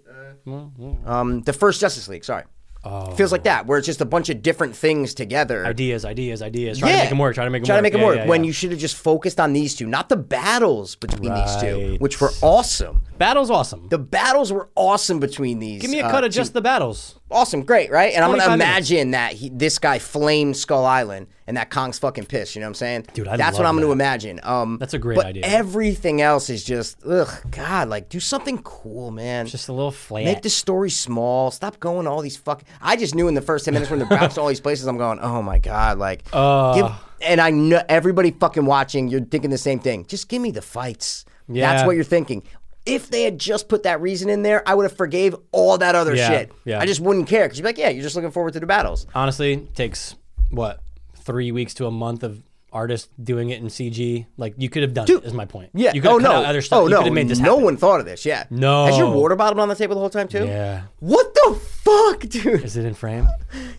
um, the first Justice League. Sorry,
Oh.
It feels like that, where it's just a bunch of different things together.
ideas ideas ideas try
yeah,
to make them work try to make them
try
work
to make 'em
Yeah,
work.
yeah,
When
yeah.
you should have just focused on these two, not the battles between these two,
Right.
which were awesome.
battles awesome
The uh, battles were awesome between these.
Give me a cut of just the battles.
awesome, great, right? And I'm gonna
25 minutes.
imagine that he, this guy flamed Skull Island and that Kong's fucking pissed. You know what I'm saying?
Dude, I
that's what
love
I'm gonna
that.
imagine. Um,
That's a great
but
idea.
Everything else is just ugh, God, like do something cool, man.
Just a little flat.
Make the story small. Stop going to all these fucking. I just knew in the first ten minutes when they're bouncing all these places, I'm going, oh my god, like. give- and I know everybody fucking watching, you're thinking the same thing. Just give me the fights. That's
Yeah.
what you're thinking. If they had just put that reason in there, I would have forgave all that other
Yeah,
shit.
yeah.
I just wouldn't care because you're like, yeah, you're just looking forward to the battles.
Honestly, takes what three weeks to a month of artists doing it in CG. Like you could have done. it, Is my point.
Yeah.
You could
oh
have cut
no.
out other stuff.
Oh
you
no.
Could have made this
no
happen.
one thought of this. Yeah.
No.
Has your water bottle been on the table the whole time too?
Yeah.
What the fuck, dude?
Is it in frame?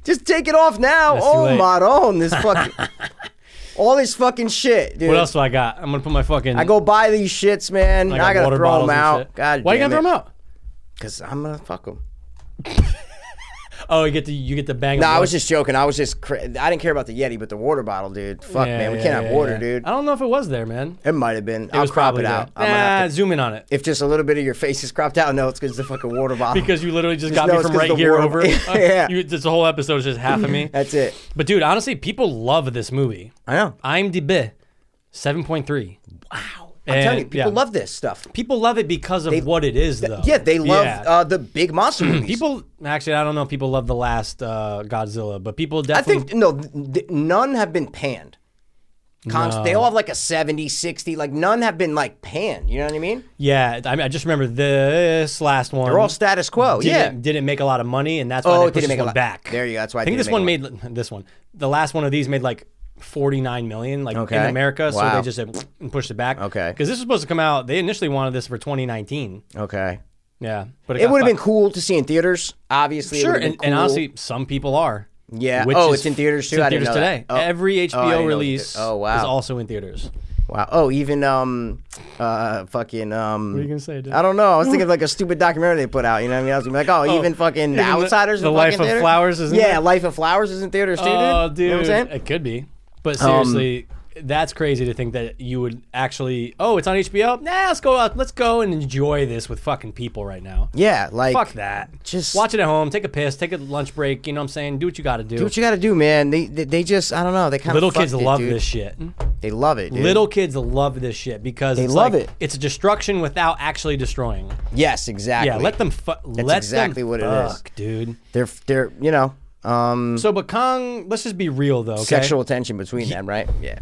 Just take it off now.
too
Oh
late.
my own. This fucking all this fucking shit, dude.
What else do I got? I'm gonna put my fucking.
I go buy these shits, man. I, gotta throw them out. God
Why
damn
you gotta throw them out?
Because I'm gonna fuck them.
Oh, you get to you get the bang.
No, I was just joking. I was just. Cra- I didn't care about the Yeti, but the water bottle, dude. Fuck, man. We can't have water, dude.
I don't know if it was there, man.
It might have been.
It
I'll
was
crop
probably
it
there.
out. I'm gonna
Nah,
have to,
zoom in on it
if just a little bit of your face is cropped out, no, it's because the fucking water bottle.
because you literally just,
no,
got me
it's
from
'cause
right
the
here
water-
over. Uh,
Yeah.
you, this whole episode is just half of me.
That's it.
But dude, honestly, people love this movie.
I know.
IMDb, seven point three.
Wow. I'm telling you,
And,
people
yeah.
love this stuff.
People love it because of what it is, though.
Yeah, they love
Yeah.
Uh, the big monster movies.
people. Actually, I don't know. if People love the last uh, Godzilla, but people
I
definitely.
think no, th- th- none have been panned. Const- They all have like a 70, 60. Like none have been like panned. You know what I
Mm-hmm.
mean?
yeah, I, mean, I just remember this last one.
They're all status quo. yeah.
didn't, didn't make a lot of money, and that's why
Oh,
they
it
pushed
didn't
this
make a
one
lot-
back.
There you go, that's why it
I
didn't
think this
make
one
a
made this one. The last one of these made like forty nine million, like
Okay.
in America. So
Wow.
they just said, and pushed it back.
Okay.
because this was supposed to come out. They initially wanted this for twenty nineteen.
Okay.
Yeah, but
It would have been cool to see in theaters. Obviously, it
sure,
would've been
and, and
cool.
honestly, some people are.
Yeah. Oh, it's in theaters,
it's
too?
in
I didn't
theaters
know
today.
that. Oh.
Every
Oh, I didn't know it
HBO
was in
release.
theaters. Oh, wow.
is also in theaters.
Wow. Oh, even um, uh, fucking um. What
you gonna say, dude?
I don't know. I was thinking of like a stupid documentary they put out. You know what I mean? I was gonna be like, oh, even fucking
even The-
Outsiders.
The
in
Life
fucking
of
theater?
Flowers is in
Yeah,
there?
Life of Flowers is in theaters too, dude.
Oh, dude,
You know what I'm saying?
it could be. But
Um,
seriously, that's crazy to think that you would actually. Oh, it's on HBO. Nah, let's go out. Let's go and enjoy this with fucking people right now.
Yeah, like
Fuck that.
just-
watch it at home. Take a piss. Take a lunch break. You know what I'm saying? Do what you got to do.
Do what you gotta do, man. They they, they just I don't know. They kind of
Little kids
it,
love
dude.
this shit.
They love it. Dude.
Little kids love this shit because
They
it's
love
like-
it.
It's a destruction without actually destroying.
Yes, exactly.
Yeah, let them. Fu- That's
exactly what it is.
fuck, dude.
They're they're you know um
So, but Kong, let's just be real though. Okay?
sexual tension between them, right? Yeah.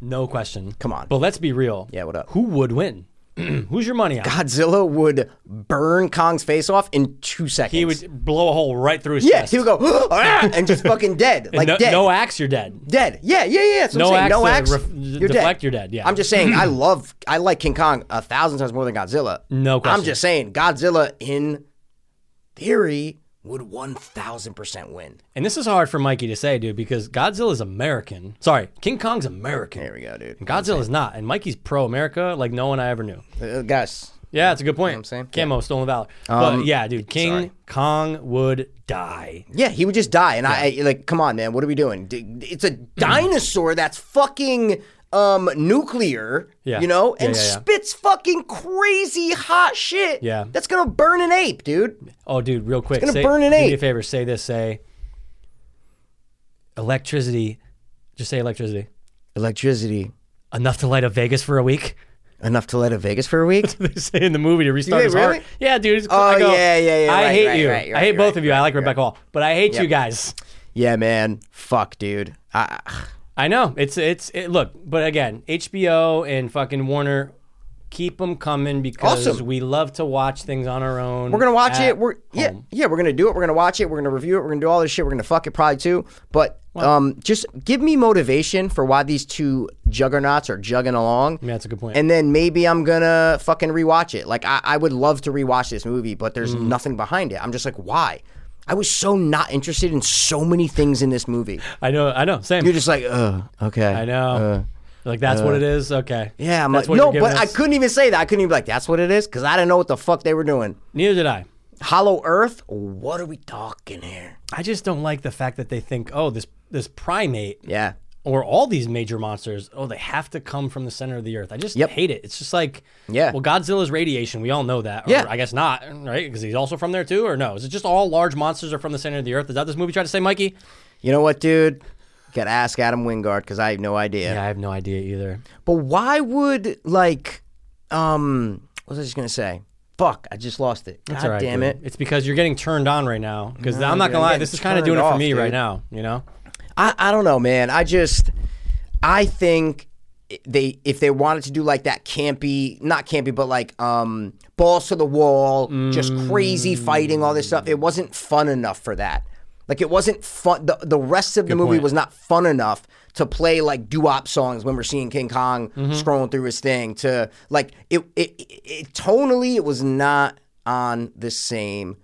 no question.
Come on.
but let's be real.
Yeah, what up?
Who would win? Who's your money on?
Godzilla would burn Kong's face off in two seconds.
He would blow a hole right through his
yeah,
chest.
he would go "Ah," and just fucking dead, like
no,
dead,
no axe, you're dead.
dead. Yeah, yeah, yeah. That's what
No
I'm saying. no
axe
axe,
to ref-
you're
deflect,
dead.
you're dead, yeah.
I'm just saying, I love, I like King Kong a thousand times more than Godzilla.
No
I'm
question.
just saying, Godzilla in theory would one thousand percent win.
And this is hard for Mikey to say, dude, because Godzilla's American. Sorry, King Kong's American.
There we go, dude.
Godzilla's not, and Mikey's pro-America like no one I ever knew.
Uh, guys,
Yeah, that's a good point.
I'm saying?
Camo, Stolen Valor.
Um,
but yeah, dude, King
sorry.
Kong would die.
Yeah, he would just die, and I, I like, come on, man, what are we doing? D- It's a dinosaur that's fucking um nuclear,
Yeah.
you know,
Yeah,
and
yeah, yeah.
spits fucking crazy hot shit.
Yeah.
that's gonna burn an ape, dude.
Oh, dude, real quick.
gonna
say,
burn an
do me
ape.
a favor. Say this. Say electricity. Just say electricity.
Electricity
Enough to light up Vegas for a week.
enough to light a Vegas for a week.
they say in the movie to restart
Wait,
his heart.
really?
Yeah, dude. It's cool.
Oh,
I go,
yeah, yeah, yeah,
I
right,
hate
right,
you.
right, right,
I hate both
right,
of you. I like Rebecca Hall, but I hate you guys.
yeah, man, fuck, dude. I,
I know it's it's it, look, but again, HBO and fucking Warner, keep them coming because
Awesome.
we love to watch things on our own. Ah,
we're gonna watch
at
it. We're yeah,
home.
yeah, we're gonna do it. We're gonna watch it. We're gonna review it. We're gonna do all this shit. We're gonna fuck it probably too. But um, just give me motivation for why these two juggernauts are jugging along.
Yeah, that's a good point.
and then maybe I'm gonna fucking rewatch it. Like I, I would love to rewatch this movie, but there's
Mm.
nothing behind it. I'm just like, why? I was so not interested in so many things in this movie.
I know, I know, same.
You're just like, ugh, okay.
I know. like that's what it is. Okay.
Yeah, I'm
that's
like,
you're
no,
giving
but I
us?
couldn't even say that. I couldn't even be like, that's what it is, because I didn't know what the fuck they were doing.
Neither did I.
Hollow Earth? What are we talking here?
I just don't like the fact that they think, oh, this this primate
Yeah.
or all these major monsters, oh, they have to come from the center of the earth. I just
Yep.
hate it. It's just like,
Yeah.
well, Godzilla's radiation. We all know that. Or
Yeah.
I guess not, right? Because he's also from there too, or no? Is it just all large monsters are from the center of the earth? Is that what this movie tried to say, Mikey?
You know what, dude? You gotta ask Adam Wingard because I have no idea.
Yeah, I have no idea either.
But why would like um what was I just gonna say? Fuck, I just lost it. God
It's all right,
damn
dude.
it.
It's because you're getting turned on right now. Because I'm not
dude,
gonna
I'm
lie,
getting
this is kind of
turned
doing it for
off,
me right
dude.
now. You know?
I, I don't know, man. I just I think they if they wanted to do like that campy, not campy, but like um balls to the wall, just crazy fighting, all this stuff. It wasn't fun enough for that. Like it wasn't fun. The, the rest of the movie
point.
was not fun enough to play like doo-wop songs when we're seeing King Kong scrolling through his thing. To like it, it, it, it tonally, it was not on the same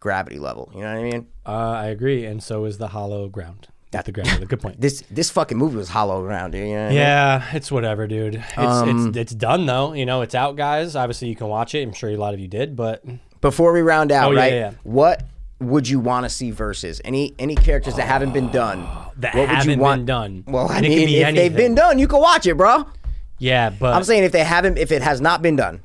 gravity level. You know what I mean?
Uh, I agree, and so is the hollow ground. Not the ground. Good point.
This this fucking movie was hollow ground, dude. You know what I mean?
Yeah, Um, it's whatever, dude. It's, it's it's done though. You know, it's out, guys. Obviously, you can watch it. I'm sure a lot of you did, but
before we round out,
Oh, yeah,
right?
yeah, yeah.
What would you want to see versus any any characters that haven't been done?
that
what
haven't
would you want
been done.
Well, I
And it could
mean,
be
if
anything.
they've been done, you can watch it, bro.
yeah, but
I'm saying if they haven't, if it has not been done,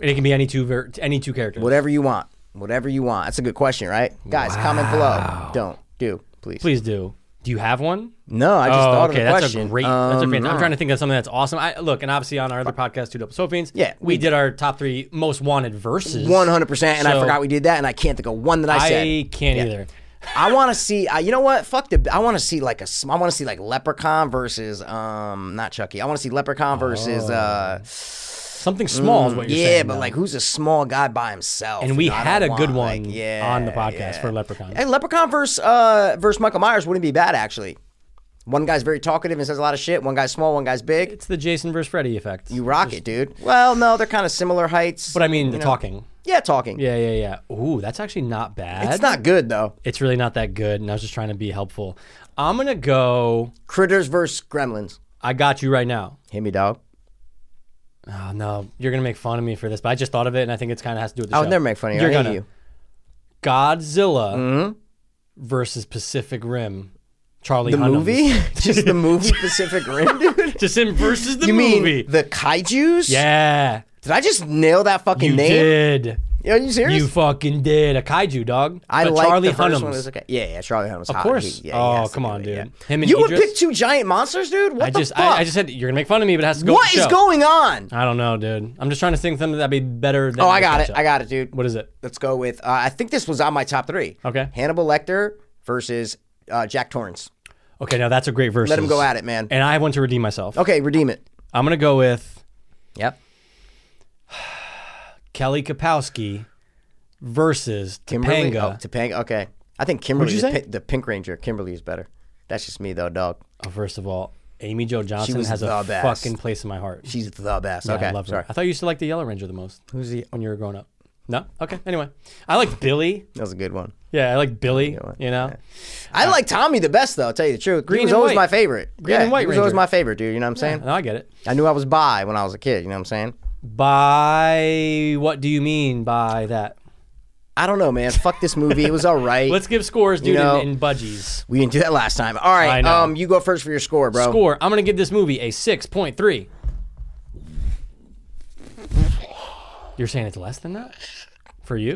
and it can be any two ver- any two characters.
whatever you want, whatever you want. That's a good question, right, guys? Comment below. Don't do, please.
Please do. Do you have one?
No, I just
oh,
thought
okay.
of the
that's
question.
a great. that's a
Um,
fantastic. I'm trying to think of something that's awesome. I look, and obviously on our other podcast, Two Double Sofians,
Yeah,
we, did our top three most wanted verses.
One hundred percent, and I
So-
forgot we did that, and I can't think of one that I, said.
I can't either.
I want to see. Uh, you know what? Fuck the. I want to see like a. sm- I want to see like Leprechaun versus um not Chucky. I want to see Leprechaun versus uh
Something small is what
Mm,
you're
Um, yeah,
saying.
but
though.
like who's a small guy by himself?
and we
you know, I
had a
don't
good
want,
one
like, yeah,
on the podcast
yeah.
for Leprechaun.
Hey, Leprechaun versus uh versus Michael Myers wouldn't be bad actually. One guy's very talkative and says a lot of shit. One guy's small. One guy's big.
It's the Jason versus Freddy effect.
You rock it, dude. Well, no, they're kind of similar heights.
but I mean, the talking.
yeah, talking.
Yeah, yeah, yeah. Ooh, that's actually not bad.
It's not good though.
It's really not that good, and I was just trying to be helpful. I'm gonna go.
Critters versus Gremlins.
I got you right now.
Hit me, dog.
Oh no, you're gonna make fun of me for this, but I just thought of it, and I think it's kind of has to do with the
I
show.
would Oh, never make fun of you.
You're
I hate
gonna.
you. Mm-hmm.
Godzilla versus Pacific Rim. Charlie
The
Hunnam.
movie? Just the movie Pacific Rim, dude?
Just him versus the
You mean
movie.
the kaijus?
yeah,
Did I just nail that fucking
you
name?
did.
Are you serious?
You fucking did a kaiju dog.
I
But
like
Charlie
the first one.
Hunnam's.
It was okay. Yeah, yeah, Charlie Hunnam's
Of course. oh, come on, dude. Him and
You would
Idris.
pick two giant monsters, dude? What
I
the
just,
fuck?
I, I just said you're gonna make fun of me, but it has to go.
what
with the
is
show.
going on?
I don't know, dude. I'm just trying to think something that'd be better. Than
Oh, I got
this
it. I
matchup.
got it, dude.
What is it?
Let's go with, uh, I think this was on my top three.
Okay.
Hannibal Lecter versus uh, Jack Torrance.
Okay, now that's a great verse.
Let him go at it, man.
And I want to redeem myself.
Okay, redeem it.
I'm gonna go with
Yep.
Kelly Kapowski versus
Kimberly.
Topanga.
Oh, Topanga. Okay. I think Kimberly, the,
you say?
pi- the Pink Ranger, Kimberly is better. That's just me though, dog.
Oh, first of all, Amy Jo Johnson
was
has a
the best.
fucking place in my heart.
She's the best.
Yeah,
okay.
I love her.
Sorry.
I thought you used to like the Yellow Ranger the most
Who's the?
when you were growing up. No? Okay. Anyway, I like Billy.
That was a good one.
Yeah, I like Billy. You know,
I like Tommy the best though. I'll tell you the truth. Green he was
and
always
white.
my favorite.
Green
yeah,
and white
He was always
Ranger.
my favorite, dude. You know what I'm saying?
no, I get it.
I knew I was bi when I was a kid. You know what I'm saying?
By what do you mean by that?
I don't know, man. Fuck this movie. It was all right.
Let's give scores, dude,
know-
in, in budgies.
we didn't do that last time. All right.
I know.
Um, you go first for your score, bro.
Score. I'm gonna give this movie a six point three. You're saying it's less than that for you?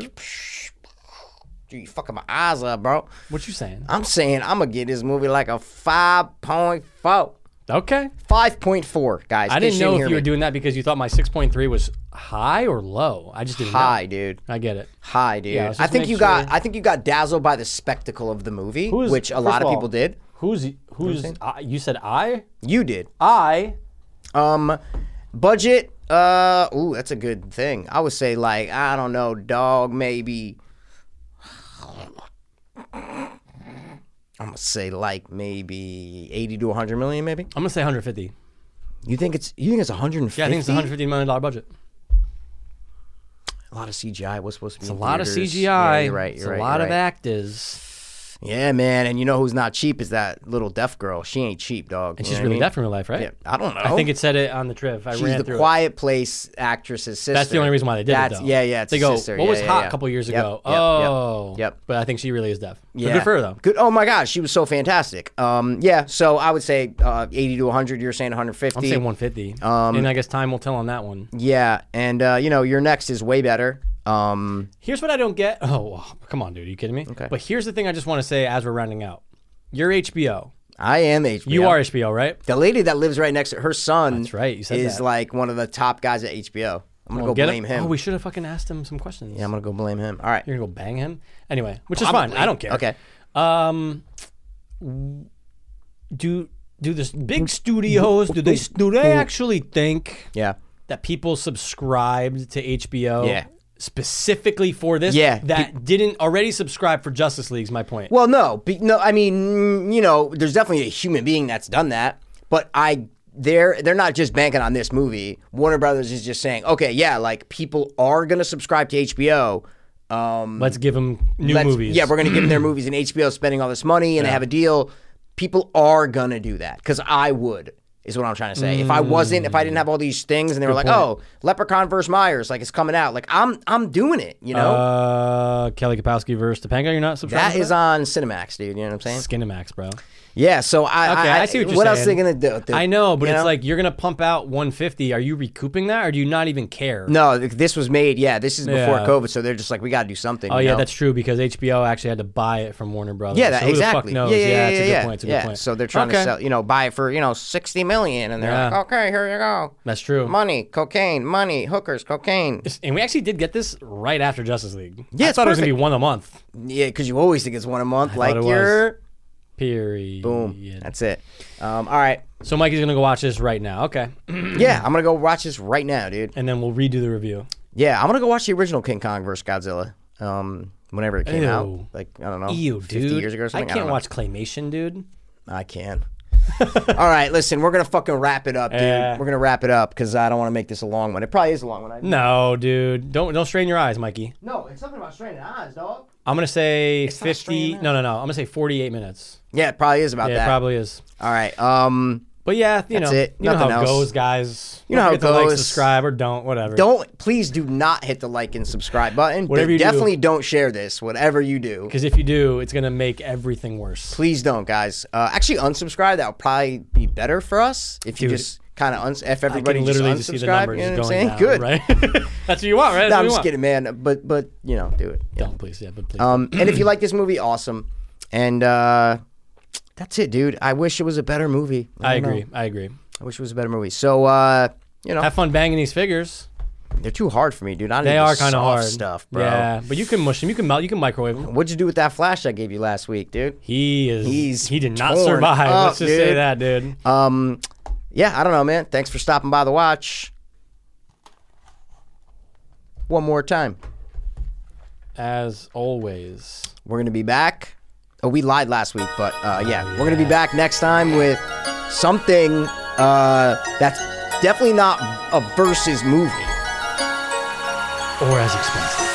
Dude, you fucking my eyes up, bro.
What you saying?
I'm saying I'm gonna give this movie like a five point four.
Okay.
Five point four, guys.
I
in case
didn't know
hear
if you were
me.
doing that because you thought my 6.3 was high or low. I just didn't
high, dude.
know. I get it.
Hi, dude.
Yeah, I was
I
just
think
making
you got.
sure.
I think you got dazzled by the spectacle of the movie,
Who is-
which a
first
lot
of
of
all-
people did.
Who's who's I, you said I?
You did.
I
Um, budget. Uh, ooh, that's a good thing. I would say like I don't know, dog. Maybe. I'm gonna say like maybe 80 to 100 million, maybe.
I'm gonna say 150.
You think it's you think it's 150?
Yeah, I think it's a 150 million dollar budget.
a lot of CGI was supposed to be.
A lot of CGI.
Yeah, you're right.
It's
You're right.
a lot
you're
of
right.
actors.
Yeah, man. And you know who's not cheap is that little deaf girl. She ain't cheap, dog.
And she's really deaf in real life, right?
Yeah, I don't know.
I think it said it on the trip. I
she's
ran
the
through
Quiet Place actress's sister.
it. That's the only reason why they did
That's
it. Though.
yeah, yeah. It's
they
a
go.
sister.
What
Yeah,
was
yeah,
hot
yeah.
a couple years
Yep,
ago?
yep, yep,
oh,
Yep.
But I think she really is deaf. So
Yeah.
good for her though.
Good. Oh my gosh, she was so fantastic. Um, yeah. So I would say uh, eighty to one hundred. You're saying one hundred
I'm saying
fifty.
150.
um,
and I guess time will tell on that one.
Yeah, and uh, you know your next is way better. Um,
Here's what I don't get. Oh, oh, come on, dude. Are you kidding me? Okay. But here's the thing I just want to say as we're rounding out. You're HBO.
I am HBO.
You are HBO, right?
the lady that lives right next to her son.
That's right, you said
is
that.
like one of the top guys at HBO. I'm gonna
Well,
go
get
blame him.
Oh, we should have fucking asked him some questions.
yeah, I'm gonna go blame him. All right.
You're going to go bang him? Anyway, which is
Probably.
fine. I don't care.
Okay.
Um, do do this big studios do they do they actually think
Yeah.
that people subscribed to HBO
Yeah.
specifically for this
Yeah.
that didn't already subscribe for Justice League's my point
Well, no, be, no. I mean, mm, you know, there's definitely a human being that's done that, but I they're they're not just banking on this movie. Warner Brothers is just saying, okay, yeah, like people are gonna subscribe to HBO. Um,
let's give them new
let's-
movies
Yeah, we're gonna give them their movies, and HBO spending all this money, and they have a deal. People are gonna do that because I would. Is what I'm trying to say. If I wasn't, if I didn't have all these things, and they were like, "Oh, Leprechaun versus Myers," like it's coming out, like I'm, I'm doing it. You know,
Uh, Kelly Kapowski versus Topanga. You're not
that
subscribed. to
is on Cinemax, dude. You know what I'm saying?
Skinemax, bro.
Yeah, so I
Okay, I see what you're
else they
saying.
gonna do? They-
I know, but
you
it's like you're gonna pump out 150. Are you recouping that, or do you not even care?
no, th- this was made. Yeah, this is before
Yeah.
COVID, so they're just like, we got to do something.
Oh
you
yeah,
know?
that's true because HBO actually had to buy it from Warner Brothers.
yeah, that,
so who
exactly.
The fuck knows?
Yeah, yeah, yeah,
it's a
yeah,
good
yeah.
point. It's a
yeah.
good point.
So they're trying
Okay.
to sell, you know, buy it for you know sixty million, and they're
Yeah.
like, okay, here you go,
That's true.
money, cocaine, money, hookers, cocaine.
and we actually did get this right after Justice League.
Yeah,
I
it's
thought it was gonna be one a month.
Yeah, because you always think it's one a month, like
it was.
your
Period.
boom. That's it. Um, all right.
So Mikey's gonna go watch this right now. Okay,
Yeah, I'm gonna go watch this right now, dude.
and then we'll redo the review.
Yeah, I'm gonna go watch the original King Kong versus Godzilla. Um, whenever it came out,
Ew.
like I don't know,
Ew,
50
dude.
Oh, years ago or
I
something.
can't
don't know.
watch claymation, dude.
I can. All right, listen, we're gonna fucking wrap it up, dude.
Yeah. Mm.
We're gonna wrap it up because I don't want to make this a long one. It probably is a long one. I...
No, dude. Don't don't strain your eyes, Mikey.
No, it's something about straining eyes, dog.
I'm gonna say
not
50.
straining
No, no, no. I'm gonna say 48 minutes.
Yeah, it probably is about
Yeah, it
that.
probably is.
All right. Um,
But yeah, you
That's
know,
it.
you know how
Nothing
it
else.
goes, guys.
You know how
Don't
it
forget to Like,
goes.
subscribe or don't, whatever.
don't please do not hit the like and subscribe button.
Whatever you do.
definitely don't share this. Whatever you do,
because if you do, it's gonna make everything worse.
please don't, guys. Uh, actually, unsubscribe. That would probably be better for us if you
Dude.
just kind of uns- if
I
everybody
can literally
just
just see the
unsubscribe,
numbers
you know what I'm
just
saying?
going down.
Good.
right? That's what you want, right? That's
No,
what
I'm
you
just
want.
kidding, man. But but you know, do it.
Don't please, yeah, but please.
Um, and if you like this movie, awesome. And uh, that's it, dude. I wish it was a better movie.
I
don't know.
agree. I agree.
I wish it was a better movie. So uh, you know,
Have fun banging these figures.
they're too hard for me, dude. I need
They
the
are kind of
soft
hard
stuff, bro.
Yeah, but you can mush them. You can melt. You can microwave them.
What'd you do with that flash I gave you last week, dude?
He is.
He's
he did not
torn
survive.
up,
Let's just say
dude.
that, dude.
Um, yeah, I don't know, man. Thanks for stopping by the watch. One more time.
As always.
We're gonna be back. Oh, we lied last week, but uh, yeah, we're gonna be back next time with something uh, that's definitely not a versus movie.
or as expensive.